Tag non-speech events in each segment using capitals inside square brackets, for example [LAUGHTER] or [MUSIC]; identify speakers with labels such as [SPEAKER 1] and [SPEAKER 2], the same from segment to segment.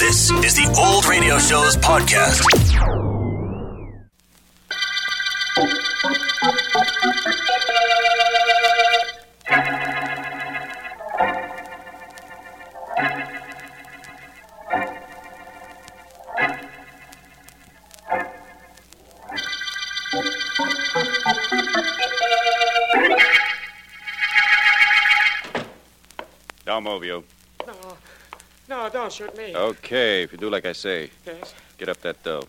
[SPEAKER 1] This is the Old Radio Show's podcast.
[SPEAKER 2] Down over you.
[SPEAKER 3] No, no, don't shoot me.
[SPEAKER 2] Okay, if you do like I say,
[SPEAKER 3] Yes.
[SPEAKER 2] get up that dough.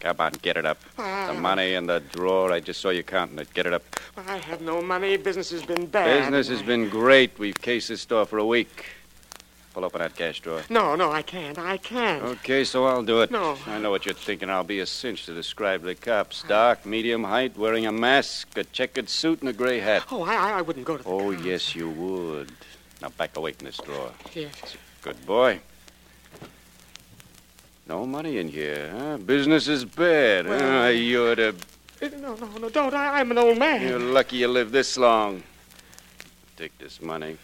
[SPEAKER 2] Come on, get it up.
[SPEAKER 3] Ah.
[SPEAKER 2] The money in the drawer, I just saw you counting it. Get it up.
[SPEAKER 3] I have no money. Business has been bad.
[SPEAKER 2] Business has been great. We've cased this store for a week. Pull open that cash drawer.
[SPEAKER 3] No, no, I can't. I can't.
[SPEAKER 2] Okay, so I'll do it.
[SPEAKER 3] No. Ah.
[SPEAKER 2] I know what you're thinking. I'll be a cinch to describe the cops. Dark, medium height, wearing a mask, a checkered suit, and a gray hat.
[SPEAKER 3] Oh, I, I, I wouldn't go to the
[SPEAKER 2] Oh, yes, you would. Now back away from this drawer.
[SPEAKER 3] Yes.
[SPEAKER 2] Good boy. No money in here, huh? Business is bad.
[SPEAKER 3] Well-
[SPEAKER 2] huh? You're the
[SPEAKER 3] Eh, No, no, no, don't. I, I'm an old man.
[SPEAKER 2] You're lucky you lived this long. Take this money.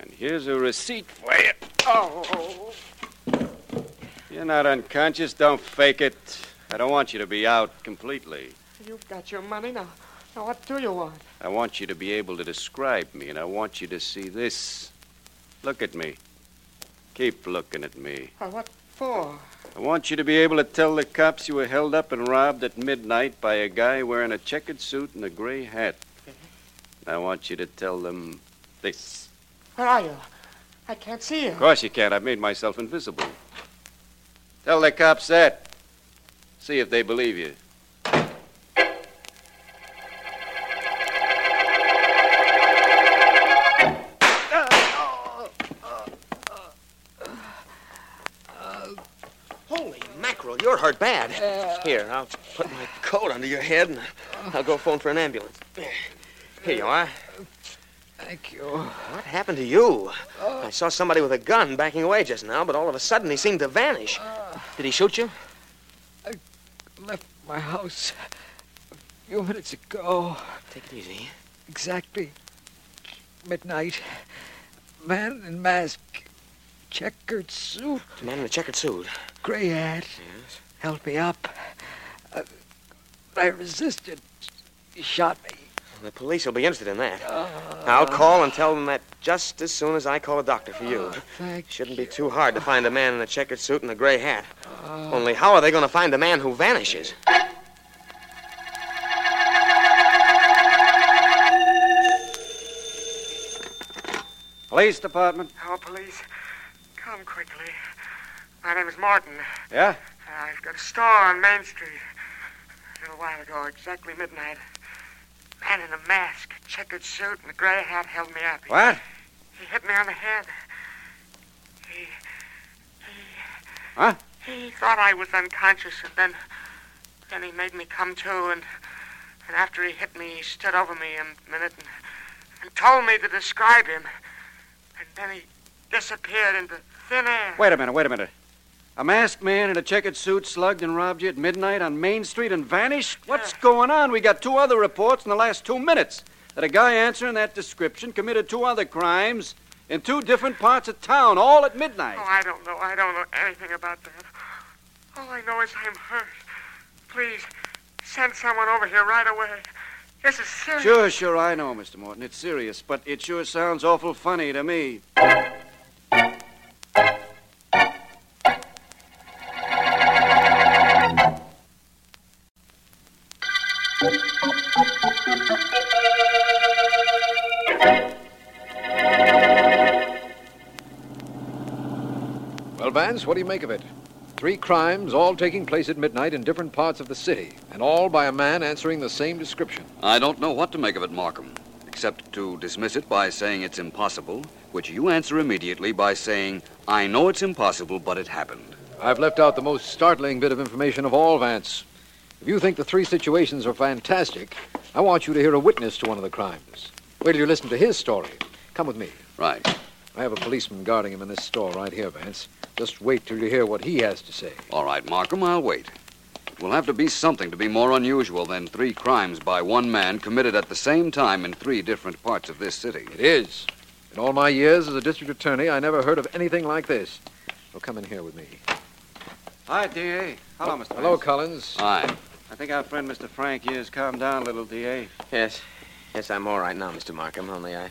[SPEAKER 2] And here's a receipt for you.
[SPEAKER 3] Oh,
[SPEAKER 2] You're not unconscious. Don't fake it. I don't want you to be out completely.
[SPEAKER 3] you've got your money now. Now, what do you want?
[SPEAKER 2] I want you to be able to describe me, and I want you to see this. Look at me. Keep looking at me.
[SPEAKER 3] Uh, what for?
[SPEAKER 2] I want you to be able to tell the cops you were held up and robbed at midnight by a guy wearing a checkered suit and a gray hat. And I want you to tell them this.
[SPEAKER 3] Where are you? I can't see you.
[SPEAKER 2] Of course you can't. I've made myself invisible. Tell the cops that. See if they believe you.
[SPEAKER 4] Holy mackerel, you're hurt bad.
[SPEAKER 5] Uh,
[SPEAKER 4] Here, I'll put my coat under your head and I'll go phone for an ambulance. Here you are.
[SPEAKER 5] Thank you.
[SPEAKER 4] What happened to you?
[SPEAKER 5] Oh.
[SPEAKER 4] I saw somebody with a gun backing away just now, but all of a sudden he seemed to vanish.
[SPEAKER 5] Uh.
[SPEAKER 4] Did he shoot you?
[SPEAKER 5] Left my house a few minutes ago,
[SPEAKER 4] Take it easy.
[SPEAKER 5] exactly midnight. Man in mask, checkered suit,
[SPEAKER 4] The man in the checkered suit.
[SPEAKER 5] gray hat,
[SPEAKER 4] Yes.
[SPEAKER 5] held me up. Uh, I resisted. He shot me.
[SPEAKER 4] The police will be interested in that. I'll call and tell them that just as soon as I call a doctor for you.
[SPEAKER 5] Thank
[SPEAKER 4] Shouldn't be too hard to find a man in a checkered suit and a gray hat. Only how are they going to find a man who vanishes?
[SPEAKER 2] Police department?
[SPEAKER 3] Oh, police, come quickly. My name is Martin.
[SPEAKER 2] Yeah?
[SPEAKER 3] I've got a store on Main Street. A little while ago, exactly midnight, a man in a mask, a checkered suit, and a gray hat held me up.
[SPEAKER 2] What?
[SPEAKER 3] He hit me on the head. He. he
[SPEAKER 2] Huh?
[SPEAKER 3] He thought I was unconscious, and then. then he made me come to, and. and after he hit me, he stood over me a minute and, and told me to describe him. And then he disappeared into thin air.
[SPEAKER 2] Wait a minute, wait a minute. A masked man in a checkered suit slugged and robbed you at midnight on Main Street and vanished? What's going on? We got two other reports in the last two minutes that a guy answering that description committed two other crimes in two different parts of town, all at midnight.
[SPEAKER 3] Oh, I don't know. I don't know anything about that. All I know is I'm hurt. Please, send someone over here right away. This is serious.
[SPEAKER 2] Sure, sure, I know, Mr. Morton. It's serious, but it sure sounds awful funny to me.
[SPEAKER 6] Well, Vance, what do you make of it? Three crimes, all taking place at midnight in different parts of the city, and all by a man answering the same description.
[SPEAKER 7] I don't know what to make of it, Markham, except to dismiss it by saying it's impossible, which you answer immediately by saying, I know it's impossible, but it happened.
[SPEAKER 6] I've left out the most startling bit of information of all, Vance. If you think the three situations are fantastic, I want you to hear a witness to one of the crimes. Wait till you listen to his story. Come with me.
[SPEAKER 7] Right.
[SPEAKER 6] I have a policeman guarding him in this store right here, Vance. Just wait till you hear what he has to say.
[SPEAKER 7] All right, Markham, I'll wait. It will have to be something to be more unusual than three crimes by one man committed at the same time in three different parts of this city.
[SPEAKER 6] It is. In all my years as a district attorney, I never heard of anything like this. Well, come in here with me.
[SPEAKER 2] Hi, D.A. Hello, Mr.
[SPEAKER 6] Hello,
[SPEAKER 2] Vance.
[SPEAKER 6] Collins.
[SPEAKER 7] Aye.
[SPEAKER 2] I think our friend Mr. Frank here has calmed down a little, D.A.
[SPEAKER 4] Yes. Yes, I'm all right now, Mr. Markham, only I.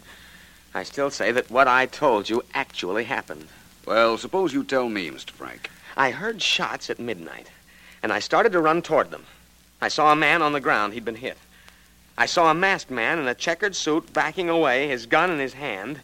[SPEAKER 4] I still say that what I told you actually happened.
[SPEAKER 7] Well, suppose you tell me, Mr. Frank.
[SPEAKER 4] I heard shots at midnight, and I started to run toward them. I saw a man on the ground. He'd been hit. I saw a masked man in a checkered suit backing away, his gun in his hand.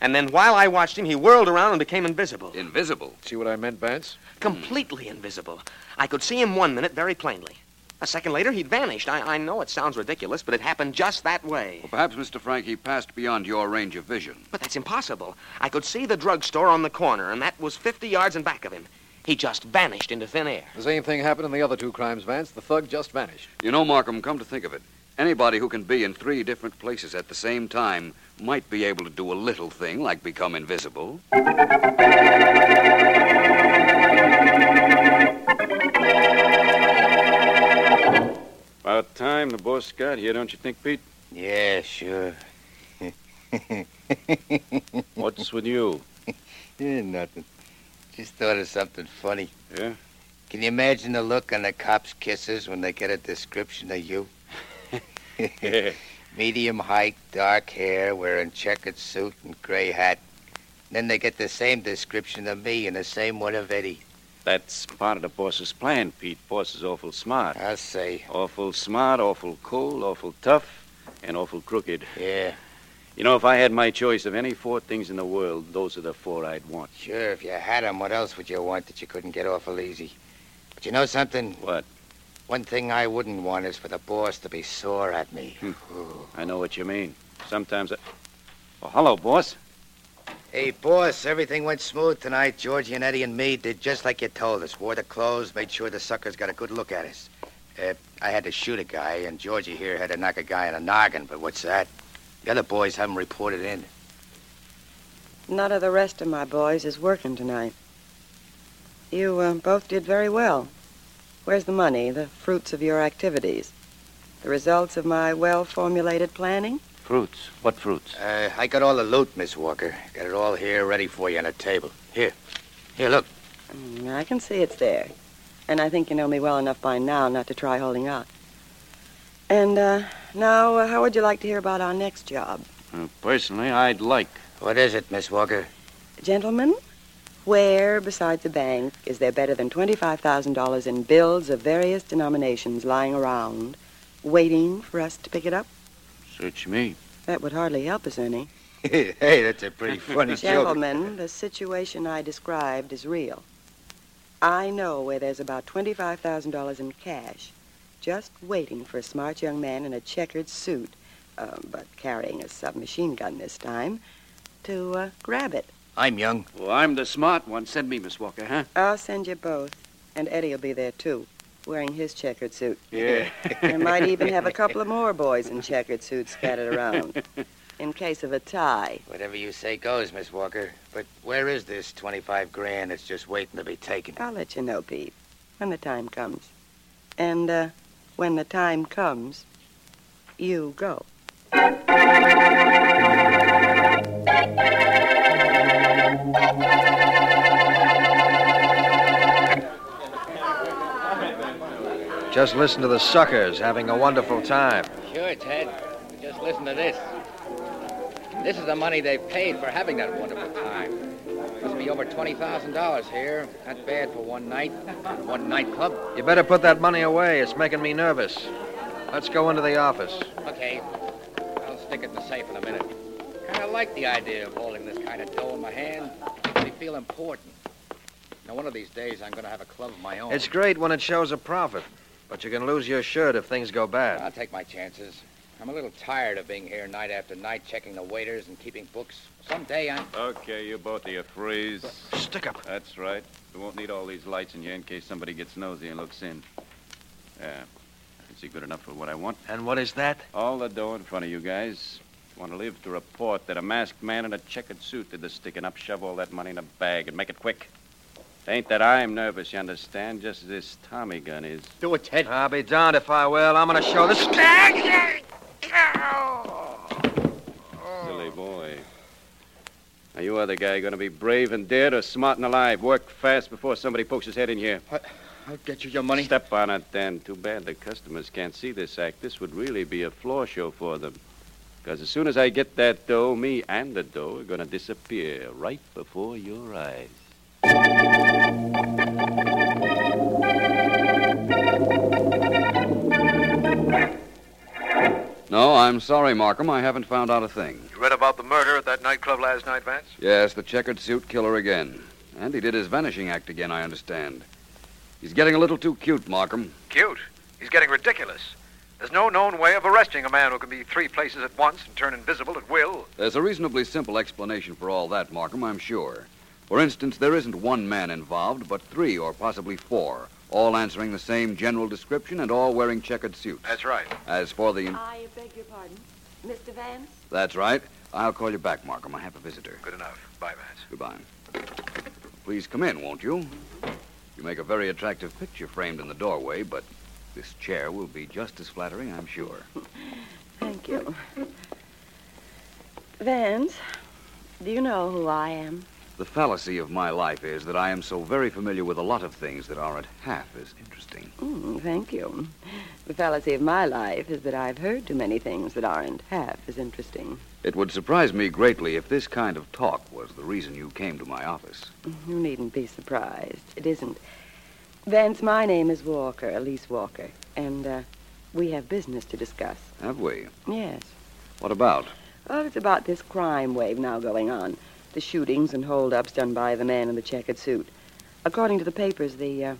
[SPEAKER 4] And then while I watched him, he whirled around and became invisible.
[SPEAKER 7] Invisible.
[SPEAKER 6] See what I meant, Vance?
[SPEAKER 4] completely invisible. I could see him one minute very plainly. A second later, he'd vanished. I, I know it sounds ridiculous, but it happened just that way.
[SPEAKER 7] Well, perhaps, Mr. Frank, he passed beyond your range of vision.
[SPEAKER 4] But that's impossible. I could see the drugstore on the corner, and that was 50 yards in back of him. He just vanished into thin air.
[SPEAKER 6] The same thing happened in the other two crimes, Vance. The thug just vanished.
[SPEAKER 7] You know, Markham, come to think of it, anybody who can be in three different places at the same time might be able to do a little thing like become invisible.
[SPEAKER 2] About time the boss got here, don't you think, Pete?
[SPEAKER 8] Yeah, sure.
[SPEAKER 2] [LAUGHS] What's with you?
[SPEAKER 8] [LAUGHS] Yeah, nothing. Just thought of something funny.
[SPEAKER 2] Yeah?
[SPEAKER 8] Can you imagine the look on the cops' kisses when they get a description of
[SPEAKER 2] [LAUGHS]
[SPEAKER 8] you? [LAUGHS] Medium height, dark hair, wearing checkered suit and gray hat. Then they get the same description of me and the same one of Eddie.
[SPEAKER 2] That's part of the boss's plan, Pete. Boss is awful smart.
[SPEAKER 8] I'll say,
[SPEAKER 2] Awful smart, awful cool, awful tough, and awful crooked.
[SPEAKER 8] yeah,
[SPEAKER 2] You know, if I had my choice of any four things in the world, those are the four I'd want.
[SPEAKER 8] sure, if you had 'em, what else would you want that you couldn't get awful easy? But you know something?
[SPEAKER 2] What?
[SPEAKER 8] One thing I wouldn't want is for the boss to be sore at me. Ooh.
[SPEAKER 2] Hmm. I know what you mean. Sometimes I. Oh, hello, boss.
[SPEAKER 8] Hey, boss, everything went smooth tonight. Georgie and Eddie and me did just like you told us. Wore the clothes, made sure the suckers got a good look at us. Uh, I had to shoot a guy, and Georgie here had to knock a guy in the noggin, but what's that? The other boys haven't reported in.
[SPEAKER 9] None of the rest of my boys is working tonight. You uh, both did very well. Where's the money, the fruits of your activities? The results of my well formulated planning?
[SPEAKER 2] Fruits. What fruits?
[SPEAKER 8] Uh, I got all the loot, Miss Walker. Got it all here ready for you on the table. Here. Here, look.
[SPEAKER 9] Mm, I can see it's there. And I think you know me well enough by now not to try holding out. And uh, now, uh, how would you like to hear about our next job?
[SPEAKER 2] Uh, personally, I'd like.
[SPEAKER 8] What is it, Miss Walker?
[SPEAKER 9] Gentlemen, where, besides a bank, is there better than $25,000 in bills of various denominations lying around, waiting for us to pick it up?
[SPEAKER 2] Search me.
[SPEAKER 9] That would hardly help us, Ernie.
[SPEAKER 8] [LAUGHS] hey, that's
[SPEAKER 2] [LAUGHS]
[SPEAKER 8] a pretty funny joke.
[SPEAKER 9] Gentlemen, the situation I described is real. I know where there's about $25,000 in cash, just waiting for a smart young man in a checkered suit, uh, but carrying a submachine gun this time, to uh, grab it.
[SPEAKER 8] I'm young.
[SPEAKER 2] Well, I'm the smart one. Send me, Miss Walker, huh?
[SPEAKER 9] I'll send you both. And Eddie will be there, too, wearing his checkered suit.
[SPEAKER 2] Yeah.
[SPEAKER 9] [LAUGHS] And might even have a couple of more boys in checkered suits scattered
[SPEAKER 2] [LAUGHS]
[SPEAKER 8] [LAUGHS]
[SPEAKER 9] around in case of a tie.
[SPEAKER 8] Whatever you say goes, Miss Walker. But where is this 25 grand that's just waiting to be taken?
[SPEAKER 9] I'll let you know, Pete, when the time comes. And uh, when the time comes, you go.
[SPEAKER 10] Just listen to the suckers having a wonderful time.
[SPEAKER 8] Sure, Ted. Just listen to this. This is the money they paid for having that wonderful time. Must be over $20,000 here. Not bad for one night. One nightclub.
[SPEAKER 10] You better put that money away. It's making me nervous. Let's go into the office.
[SPEAKER 8] Okay. I'll stick it in the safe in a minute. Kind of like the idea of holding this kind of dough in my hand. Makes me feel important. Now, one of these days, I'm going to have a club of my own.
[SPEAKER 10] It's great when it shows a profit, but you can lose your shirt if things go bad.
[SPEAKER 8] I'll take my chances. I'm a little tired of being here night after night checking the waiters and keeping books. Someday I'm.
[SPEAKER 2] Okay, you both of you freeze.
[SPEAKER 10] Stick up.
[SPEAKER 2] That's right. We won't need all these lights in here in case somebody gets nosy and looks in. Yeah, I can see good enough for what I want.
[SPEAKER 10] And what is that?
[SPEAKER 2] All the dough in front of you guys. Want to live to report that a masked man in a checkered suit did the sticking up, shove all that money in a bag, and make it quick. Ain't that I'm nervous, you understand, just as this Tommy gun is.
[SPEAKER 8] Do it, Ted.
[SPEAKER 10] I'll be darned if I will. I'm going to show this.
[SPEAKER 2] Silly boy. Now, you other guy going to be brave and dead or smart and alive? Work fast before somebody pokes his head in here.
[SPEAKER 11] I'll get you your money.
[SPEAKER 2] Step on it, then. Too bad the customers can't see this act. This would really be a floor show for them. Because as soon as I get that dough, me and the dough are going to disappear right before your eyes.
[SPEAKER 7] No, I'm sorry, Markham. I haven't found out a thing.
[SPEAKER 12] You read about the murder at that nightclub last night, Vance?
[SPEAKER 7] Yes, the checkered suit killer again. And he did his vanishing act again, I understand. He's getting a little too cute, Markham.
[SPEAKER 12] Cute. He's getting ridiculous. There's no known way of arresting a man who can be three places at once and turn invisible at will.
[SPEAKER 7] There's a reasonably simple explanation for all that, Markham, I'm sure. For instance, there isn't one man involved, but three or possibly four, all answering the same general description and all wearing checkered suits.
[SPEAKER 12] That's right.
[SPEAKER 7] As for the.
[SPEAKER 13] I beg your pardon. Mr. Vance?
[SPEAKER 7] That's right. I'll call you back, Markham. I have a visitor.
[SPEAKER 12] Good enough. Bye, Vance.
[SPEAKER 7] Goodbye. Please come in, won't you? You make a very attractive picture framed in the doorway, but this chair will be just as flattering, I'm sure.
[SPEAKER 9] Thank you. Vance, do you know who I am?
[SPEAKER 7] The fallacy of my life is that I am so very familiar with a lot of things that aren't half as interesting.
[SPEAKER 13] Mm-hmm.
[SPEAKER 9] Mm, thank you. The fallacy of my life is that I've heard too many things that aren't half as interesting.
[SPEAKER 7] It would surprise me greatly if this kind of talk was the reason you came to my office.
[SPEAKER 9] You needn't be surprised. It isn't. Vance, my name is Walker, Elise Walker, and uh, we have business to discuss.
[SPEAKER 7] Have we?
[SPEAKER 9] Yes.
[SPEAKER 7] What about?
[SPEAKER 9] Well, it's about this crime wave now going on the shootings and holdups done by the man in the checkered suit. According to the papers, the uh,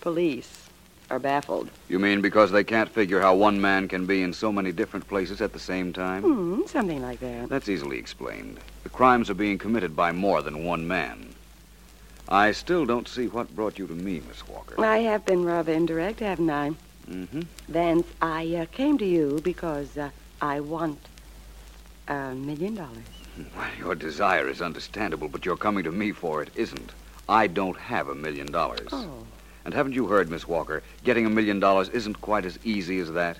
[SPEAKER 9] police are baffled.
[SPEAKER 7] You mean because they can't figure how one man can be in so many different places at the same time?
[SPEAKER 9] Hmm, something like that.
[SPEAKER 7] That's easily explained. The crimes are being committed by more than one man. I still don't see what brought you to me, Miss Walker.
[SPEAKER 9] I have been rather indirect, haven't I?
[SPEAKER 7] Mm-hmm.
[SPEAKER 9] Vance, I uh, came to you because uh, I want a million dollars.
[SPEAKER 7] Well, your desire is understandable, but your coming to me for it isn't. I don't have a million dollars.
[SPEAKER 9] Oh.
[SPEAKER 7] And haven't you heard, Miss Walker, getting a million dollars isn't quite as easy as that.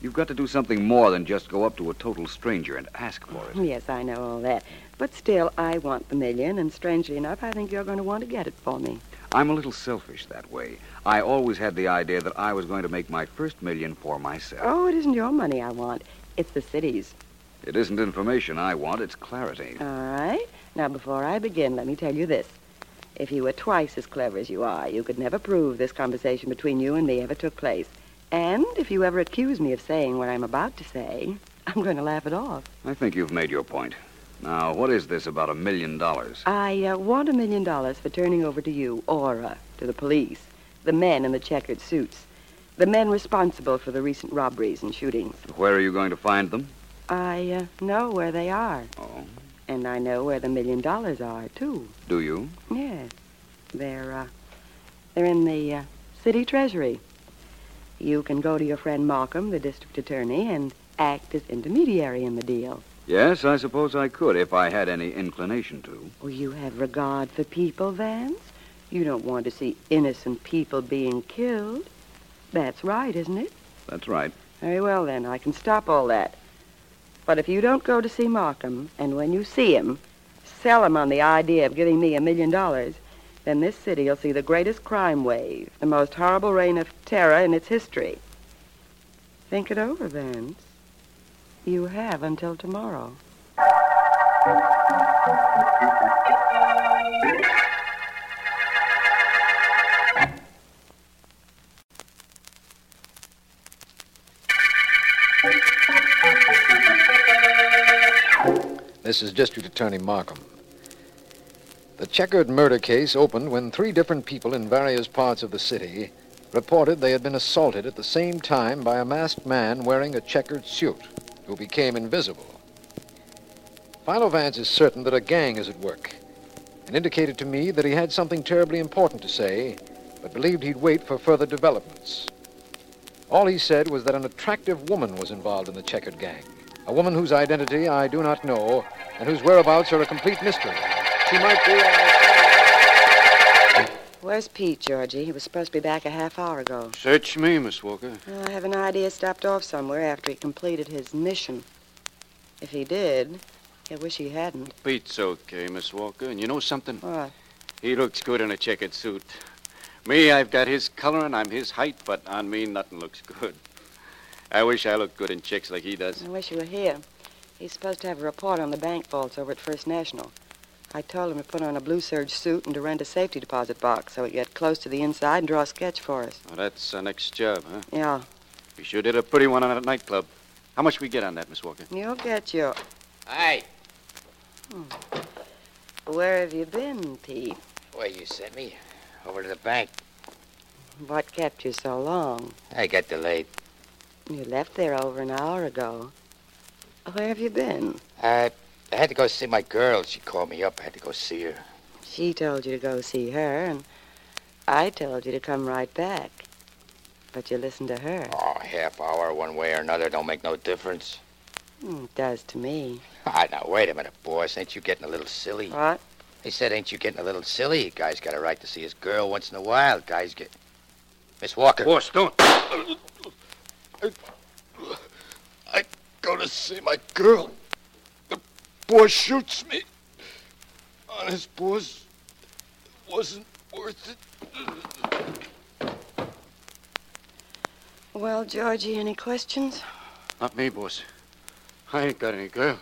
[SPEAKER 7] You've got to do something more than just go up to a total stranger and ask for it.
[SPEAKER 9] Yes, I know all that. But still, I want the million, and strangely enough, I think you're going to want to get it for me.
[SPEAKER 7] I'm a little selfish that way. I always had the idea that I was going to make my first million for myself.
[SPEAKER 9] Oh, it isn't your money I want. It's the city's.
[SPEAKER 7] It isn't information I want, it's clarity.
[SPEAKER 9] All right. Now, before I begin, let me tell you this. If you were twice as clever as you are, you could never prove this conversation between you and me ever took place. And if you ever accuse me of saying what I'm about to say, [LAUGHS] I'm going to laugh it off.
[SPEAKER 7] I think you've made your point. Now, what is this about a million dollars?
[SPEAKER 9] I uh, want a million dollars for turning over to you, Aura, to the police, the men in the checkered suits, the men responsible for the recent robberies and shootings.
[SPEAKER 7] Where are you going to find them?
[SPEAKER 9] I uh, know where they are.
[SPEAKER 7] Oh.
[SPEAKER 9] And I know where the million dollars are, too.
[SPEAKER 7] Do you?
[SPEAKER 9] Yes. They're, uh, they're in the uh, city treasury. You can go to your friend Markham, the district attorney, and act as intermediary in the deal.
[SPEAKER 7] Yes, I suppose I could if I had any inclination to.
[SPEAKER 9] Well, you have regard for people, Vance. You don't want to see innocent people being killed. That's right, isn't it?
[SPEAKER 7] That's right.
[SPEAKER 9] Very well, then. I can stop all that. But if you don't go to see Markham, and when you see him, sell him on the idea of giving me a million dollars, then this city will see the greatest crime wave, the most horrible reign of terror in its history. Think it over, Vance. You have until tomorrow.
[SPEAKER 6] This is District Attorney Markham. The checkered murder case opened when three different people in various parts of the city reported they had been assaulted at the same time by a masked man wearing a checkered suit who became invisible. Philo Vance is certain that a gang is at work and indicated to me that he had something terribly important to say, but believed he'd wait for further developments. All he said was that an attractive woman was involved in the checkered gang. A woman whose identity I do not know and whose whereabouts are a complete mystery. She might be.
[SPEAKER 9] Where's Pete, Georgie? He was supposed to be back a half hour ago.
[SPEAKER 2] Search me, Miss Walker.
[SPEAKER 9] Well, I have an idea stopped off somewhere after he completed his mission. If he did, I wish he hadn't.
[SPEAKER 11] Beats okay, Miss Walker. And you know something?
[SPEAKER 9] What?
[SPEAKER 11] He looks good in a checkered suit. Me, I've got his color and I'm his height, but on me, nothing looks good. I wish I looked good in checks like he does.
[SPEAKER 9] I wish you were here. He's supposed to have a report on the bank vaults over at First National. I told him to put on a blue serge suit and to rent a safety deposit box so he'd get close to the inside and draw a sketch for us.
[SPEAKER 11] Well, that's our next job, huh?
[SPEAKER 9] Yeah.
[SPEAKER 11] We sure did a pretty one on a nightclub. How much we get on that, Miss Walker?
[SPEAKER 9] You'll get your. Hmm,
[SPEAKER 8] Hi.
[SPEAKER 9] Where have you been, Pete?
[SPEAKER 8] Well, you sent me over to the bank.
[SPEAKER 9] What kept you so long?
[SPEAKER 8] I got delayed.
[SPEAKER 9] You left there over an hour ago. Where have you been?
[SPEAKER 8] I, I had to go see my girl. She called me up. I had to go see her.
[SPEAKER 9] She told you to go see her, and I told you to come right back. But you listened to her.
[SPEAKER 8] Oh, half hour, one way or another, don't make no difference.
[SPEAKER 9] Hmm, It does to me.
[SPEAKER 8] Ah, now, wait a minute, boss. Ain't you getting a little silly?
[SPEAKER 9] What?
[SPEAKER 8] He said, ain't you getting a little silly? Guy's got a right to see his girl once in a while. Guy's get... Miss Walker.
[SPEAKER 11] Boss, don't.
[SPEAKER 14] Go to see my girl. The boy shoots me. Honest, boss, it wasn't worth it.
[SPEAKER 9] Well, Georgie, any questions?
[SPEAKER 11] Not me, boss. I ain't got any girl.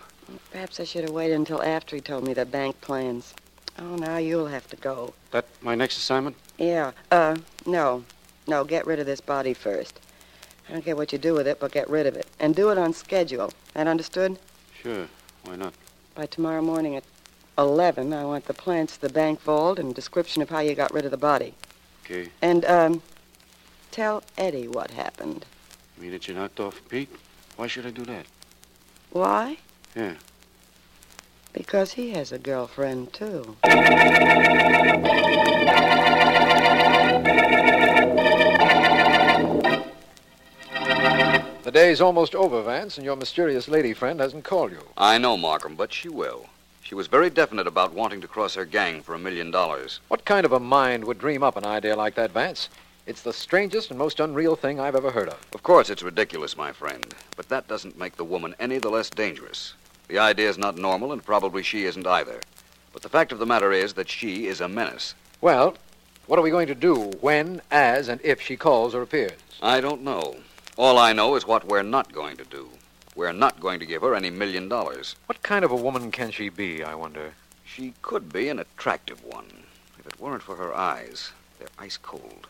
[SPEAKER 9] Perhaps I should have waited until after he told me the bank plans. Oh, now you'll have to go.
[SPEAKER 11] That my next assignment?
[SPEAKER 9] Yeah, uh, no. No, get rid of this body first. I don't care what you do with it, but get rid of it. And do it on schedule. That understood?
[SPEAKER 11] Sure. Why not?
[SPEAKER 9] By tomorrow morning at 11, I want the plans to the bank vault and description of how you got rid of the body.
[SPEAKER 11] Okay.
[SPEAKER 9] And, um, tell Eddie what happened.
[SPEAKER 11] You mean that you knocked off Pete? Why should I do that?
[SPEAKER 9] Why?
[SPEAKER 11] Yeah.
[SPEAKER 9] Because he has a girlfriend, too.
[SPEAKER 6] The day's almost over, Vance, and your mysterious lady friend hasn't called you.
[SPEAKER 7] I know Markham, but she will. She was very definite about wanting to cross her gang for a million dollars.
[SPEAKER 6] What kind of a mind would dream up an idea like that, Vance? It's the strangest and most unreal thing I've ever heard of.
[SPEAKER 7] Of course, it's ridiculous, my friend, but that doesn't make the woman any the less dangerous. The idea's not normal, and probably she isn't either. But the fact of the matter is that she is a menace.
[SPEAKER 6] Well, what are we going to do when, as, and if she calls or appears?
[SPEAKER 7] I don't know. All I know is what we're not going to do. We're not going to give her any million dollars.
[SPEAKER 6] What kind of a woman can she be, I wonder?
[SPEAKER 7] She could be an attractive one, if it weren't for her eyes. They're ice cold.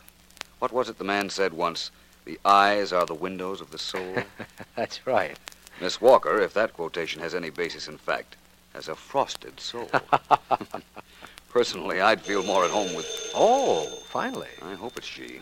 [SPEAKER 7] What was it the man said once? The eyes are the windows of the soul.
[SPEAKER 6] [LAUGHS] That's right.
[SPEAKER 7] Miss Walker, if that quotation has any basis in fact, has a
[SPEAKER 6] [LAUGHS]
[SPEAKER 7] frosted soul. Personally, I'd feel more at home with.
[SPEAKER 6] Oh, finally.
[SPEAKER 7] I hope it's she.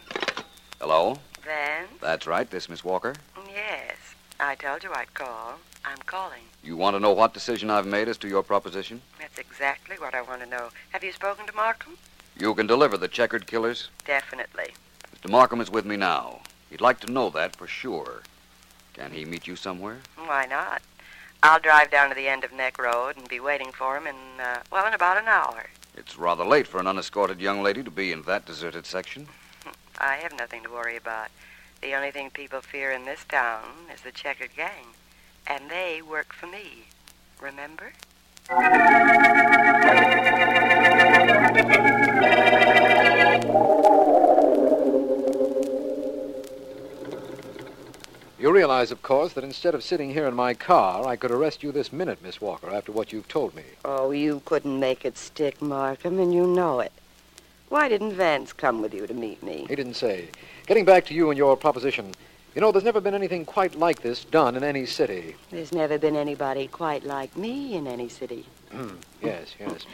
[SPEAKER 7] Hello?
[SPEAKER 9] Vance?
[SPEAKER 7] That's right, this Miss Walker.
[SPEAKER 9] Yes. I told you I'd call. I'm calling.
[SPEAKER 7] You want to know what decision I've made as to your proposition?
[SPEAKER 9] That's exactly what I want to know. Have you spoken to Markham?
[SPEAKER 7] You can deliver the checkered killers.
[SPEAKER 9] Definitely.
[SPEAKER 7] Mr. Markham is with me now. He'd like to know that for sure. Can he meet you somewhere?
[SPEAKER 9] Why not? I'll drive down to the end of Neck Road and be waiting for him in, uh, well, in about an hour.
[SPEAKER 7] It's rather late for an unescorted young lady to be in that deserted section.
[SPEAKER 9] I have nothing to worry about. The only thing people fear in this town is the checkered gang. And they work for me. Remember?
[SPEAKER 6] You realize, of course, that instead of sitting here in my car, I could arrest you this minute, Miss Walker, after what you've told me.
[SPEAKER 9] Oh, you couldn't make it stick, Markham, and you know it. Why didn't Vance come with you to meet me?
[SPEAKER 6] He didn't say. Getting back to you and your proposition, you know, there's never been anything quite like this done in any city. [CLEARS THROAT]
[SPEAKER 9] There's never been anybody quite like me in any city.
[SPEAKER 6] Hmm, yes, yes,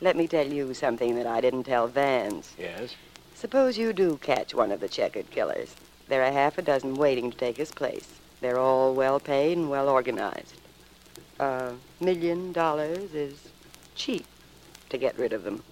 [SPEAKER 9] Let me tell you something that I didn't tell Vance.
[SPEAKER 6] yes.
[SPEAKER 9] Suppose you do catch one of the checkered killers. There are half a dozen waiting to take his place. They're all well paid and well organized. A million dollars is cheap to get rid of them.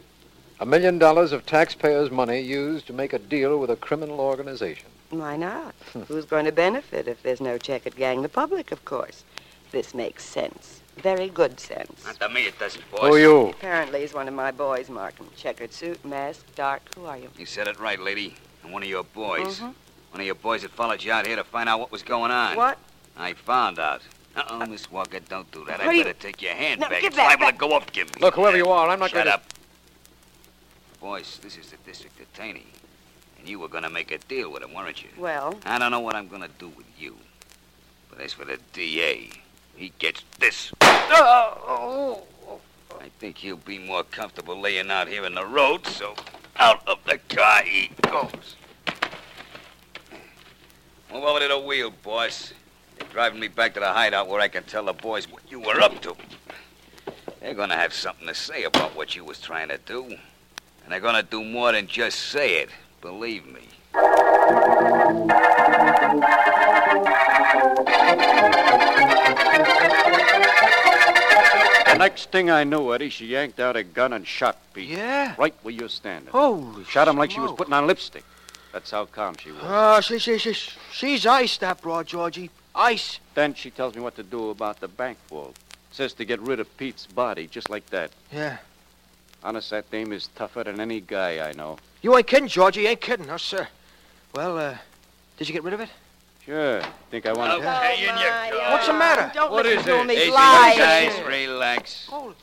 [SPEAKER 6] A million dollars of taxpayers' money used to make a deal with a criminal organization.
[SPEAKER 9] Why not?
[SPEAKER 6] Hmm.
[SPEAKER 9] Who's going to benefit if there's no checkered gang? The public, of course. This makes sense. Very good sense.
[SPEAKER 4] Not to me, it doesn't, boss.
[SPEAKER 6] Who are you?
[SPEAKER 9] Apparently, he's one of my boys, Markham. Checkered suit, mask, dark. Who are you?
[SPEAKER 4] You said it right, lady. I'm one of your boys.
[SPEAKER 15] Mm-hmm.
[SPEAKER 9] Mhm.
[SPEAKER 4] One of your boys that followed you out here to find out what was going on.
[SPEAKER 9] What?
[SPEAKER 4] I found out.
[SPEAKER 7] Uh-oh, Miss Walker, don't do that. I
[SPEAKER 15] What are you-
[SPEAKER 7] better take your hand
[SPEAKER 15] Now,
[SPEAKER 7] back.
[SPEAKER 15] give
[SPEAKER 7] it's
[SPEAKER 15] that
[SPEAKER 7] liable
[SPEAKER 15] back.
[SPEAKER 7] to go up, give me.
[SPEAKER 6] Look, whoever you are, I'm not
[SPEAKER 7] Shut
[SPEAKER 6] gonna-
[SPEAKER 7] up. Boys, this is the district attorney. And you were going to make a deal with him, weren't you?
[SPEAKER 9] Well,
[SPEAKER 7] I don't know what I'm going to do with you. But as for the DA, he gets this.
[SPEAKER 15] Oh,
[SPEAKER 7] I think he'll be more comfortable laying out here in the road, so out of the car he goes. Move over to the wheel, boys. They're driving me back to the hideout where I can tell the boys what you were up to. They're gonna have something to say about what you was trying to do. And they're gonna do more than just say it, believe me.
[SPEAKER 2] The next thing I knew, Eddie, she yanked out a gun and shot Pete.
[SPEAKER 16] Yeah?
[SPEAKER 2] Right where you're standing.
[SPEAKER 15] Holy
[SPEAKER 2] Shot him like she was
[SPEAKER 15] smoke.
[SPEAKER 2] putting on lipstick. That's how calm she was.
[SPEAKER 15] Uh, she, she, she, she's iced, that broad, Georgie. Ice.
[SPEAKER 2] Then she tells me what to do about the bank vault. Says to get rid of Pete's body, just like that.
[SPEAKER 15] Yeah.
[SPEAKER 2] Honest, that dame is tougher than any guy I know.
[SPEAKER 15] You ain't kidding, Georgie. You ain't kidding, no, sir. Well, uh, did you get rid of it?
[SPEAKER 2] Sure. Think I want to.
[SPEAKER 15] What's the matter?
[SPEAKER 7] What is it? Easy, guys, relax.
[SPEAKER 9] Hold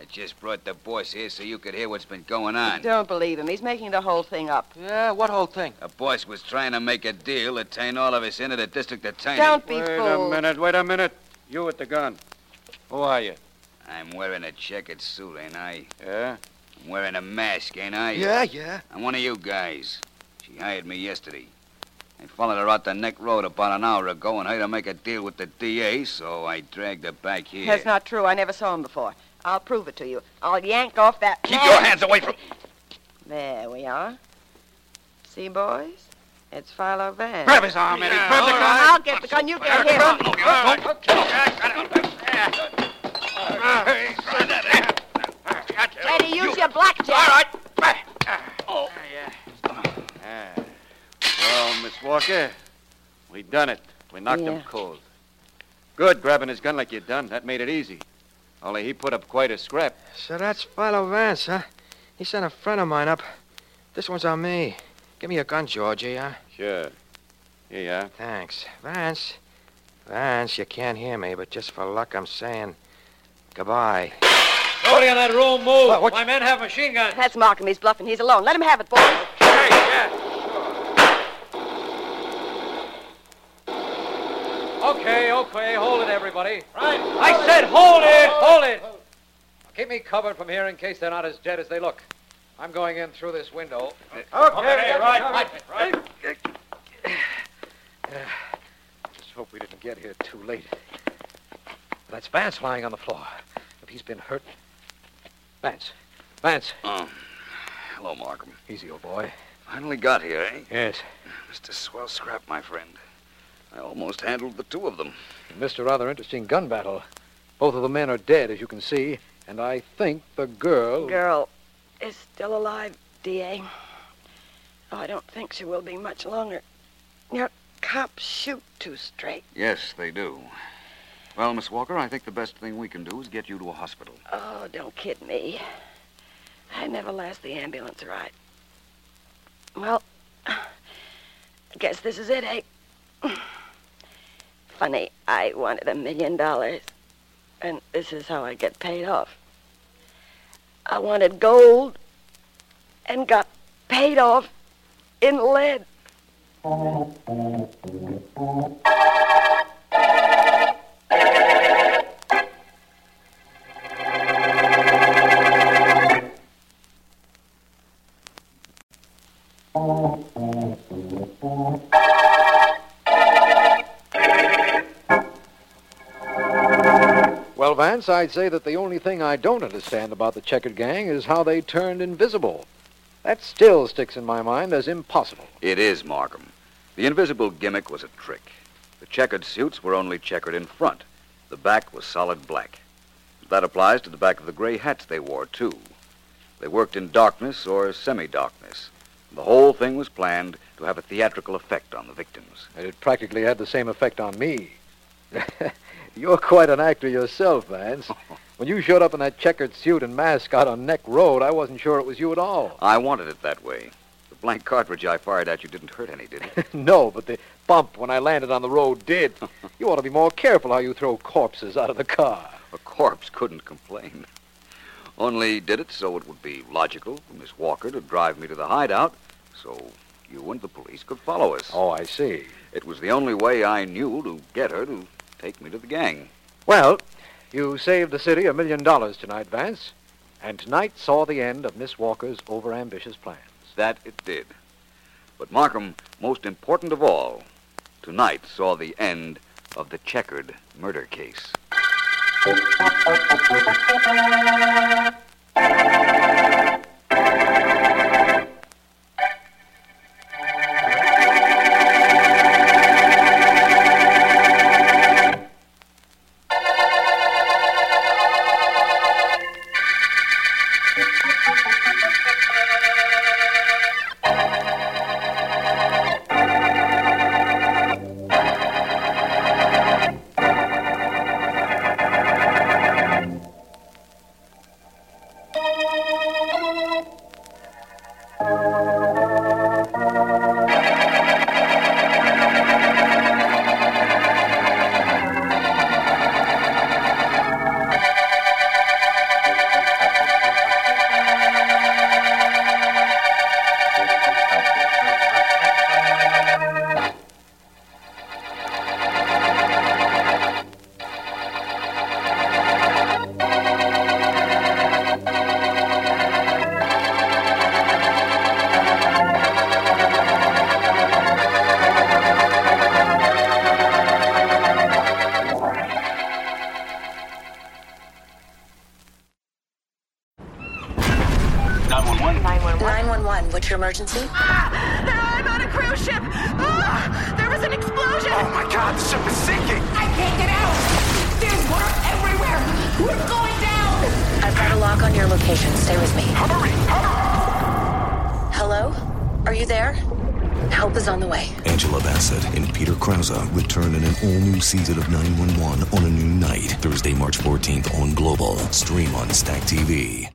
[SPEAKER 7] I just brought the boss here so you could hear what's been going on.
[SPEAKER 9] Don't believe him. He's making the whole thing up.
[SPEAKER 15] Yeah, what whole thing?
[SPEAKER 7] The boss was trying to make a deal to turn all of us into the district attorney.
[SPEAKER 9] Don't be
[SPEAKER 2] Wait a
[SPEAKER 9] fooled.
[SPEAKER 2] minute, wait a minute. You with the gun. Who are you?
[SPEAKER 7] I'm wearing a checkered suit, ain't I?
[SPEAKER 2] Yeah?
[SPEAKER 7] I'm wearing a mask, ain't I?
[SPEAKER 15] Yeah, yeah.
[SPEAKER 7] I'm one of you guys. She hired me yesterday. I followed her out the neck road about an hour ago and heard her make a deal with the DA, so I dragged her back here.
[SPEAKER 9] That's not true. I never saw him before. I'll prove it to you. I'll yank off that.
[SPEAKER 7] Keep your hands away from.
[SPEAKER 9] There we are. See, boys? It's Philo Van.
[SPEAKER 15] Grab his arm, Eddie. Grab the gun.
[SPEAKER 9] I'll get the gun. You get him. Eddie, use your blackjack. All right.
[SPEAKER 15] Oh, yeah.
[SPEAKER 2] Ah. Well, Miss Walker, we done it. We knocked him
[SPEAKER 9] Yeah.
[SPEAKER 2] cold. Good grabbing his gun like you done. That made it easy. Only he put up quite a scrap.
[SPEAKER 15] So that's Philo Vance, huh? He sent a friend of mine up. This one's on me. Give me your gun, Georgie, huh?
[SPEAKER 2] Sure. Here you are.
[SPEAKER 15] Thanks. Vance. Vance, you can't hear me, but just for luck, I'm saying goodbye.
[SPEAKER 9] Nobody in that room move.
[SPEAKER 15] What- what-
[SPEAKER 9] My men have machine guns. That's Markham. He's bluffing. He's alone. Let him have it, boys.
[SPEAKER 17] Okay, okay, hold it, everybody. Right. I said hold it, hold it. Keep me covered from here in case they're not as dead as they look. I'm going in through this window. Okay,
[SPEAKER 15] right,
[SPEAKER 17] right. [SIGHS] Just hope we didn't get here too late. That's Vance lying on the floor. If he's been hurt. Vance. Vance.
[SPEAKER 7] Um, hello, Markham.
[SPEAKER 17] Easy, old boy.
[SPEAKER 7] Finally got here, eh?
[SPEAKER 17] Yes.
[SPEAKER 7] Mr. Swell Scrap, my friend. I almost handled the two of them.
[SPEAKER 6] You missed a rather interesting gun battle. Both of the men are dead, as you can see, and I think the girl.
[SPEAKER 9] Girl is still alive, D.A. Oh, I don't think she will be much longer. Your cops shoot too straight.
[SPEAKER 18] Yes, they do. Well, Miss Walker, I think the best thing we can do is get you to a hospital.
[SPEAKER 9] Oh, don't kid me. I never last the ambulance ride. Well, I guess this is it, eh? Funny, I wanted a million dollars, and this is how I get paid off. I wanted gold and got paid off in lead.
[SPEAKER 6] Well, Vance, I'd say that the only thing I don't understand about the checkered gang is how they turned invisible. That still sticks in my mind as impossible.
[SPEAKER 18] It is, Markham. The invisible gimmick was a trick. The checkered suits were only checkered in front. The back was solid black. That applies to the back of the gray hats they wore, too. They worked in darkness or semi darkness. The whole thing was planned to have a theatrical effect on the victims.
[SPEAKER 6] And it practically had the same effect on me. [LAUGHS] You're quite an actor yourself, [LAUGHS] Vance. When you showed up in that checkered suit and mask out on Neck Road, I wasn't sure it was you at all. [LAUGHS]
[SPEAKER 18] I wanted it that way.
[SPEAKER 7] The blank cartridge I fired at you didn't hurt any, did it?
[SPEAKER 6] no, but the bump when I landed on the road [LAUGHS] did. you ought to be more careful how you throw corpses out of the car.
[SPEAKER 7] A corpse couldn't complain. Only did it so it would be logical for Miss Walker to drive me to the hideout so you and the police could follow us.
[SPEAKER 6] Oh, I see.
[SPEAKER 7] It was the only way I knew to get her to take me to the gang.
[SPEAKER 6] Well, you saved the city a million dollars tonight, Vance. And tonight saw the end of Miss Walker's overambitious plans.
[SPEAKER 7] That it did. But, Markham, most important of all, tonight saw the end of the checkered murder case.
[SPEAKER 11] What's your emergency?
[SPEAKER 17] Ah, I'm on a cruise ship. Ah, there was an explosion.
[SPEAKER 19] Oh my God, the ship is sinking.
[SPEAKER 17] I can't get out. There's water everywhere. We're going down.
[SPEAKER 11] I've got a lock on your location. Stay with me.
[SPEAKER 19] Hurry, hurry.
[SPEAKER 11] Hello? Are you there? Help is on the way.
[SPEAKER 20] Angela Bassett and Peter Krause return in an all new season of 911 on a new night, Thursday, March 14th on Global. Stream on Stack TV.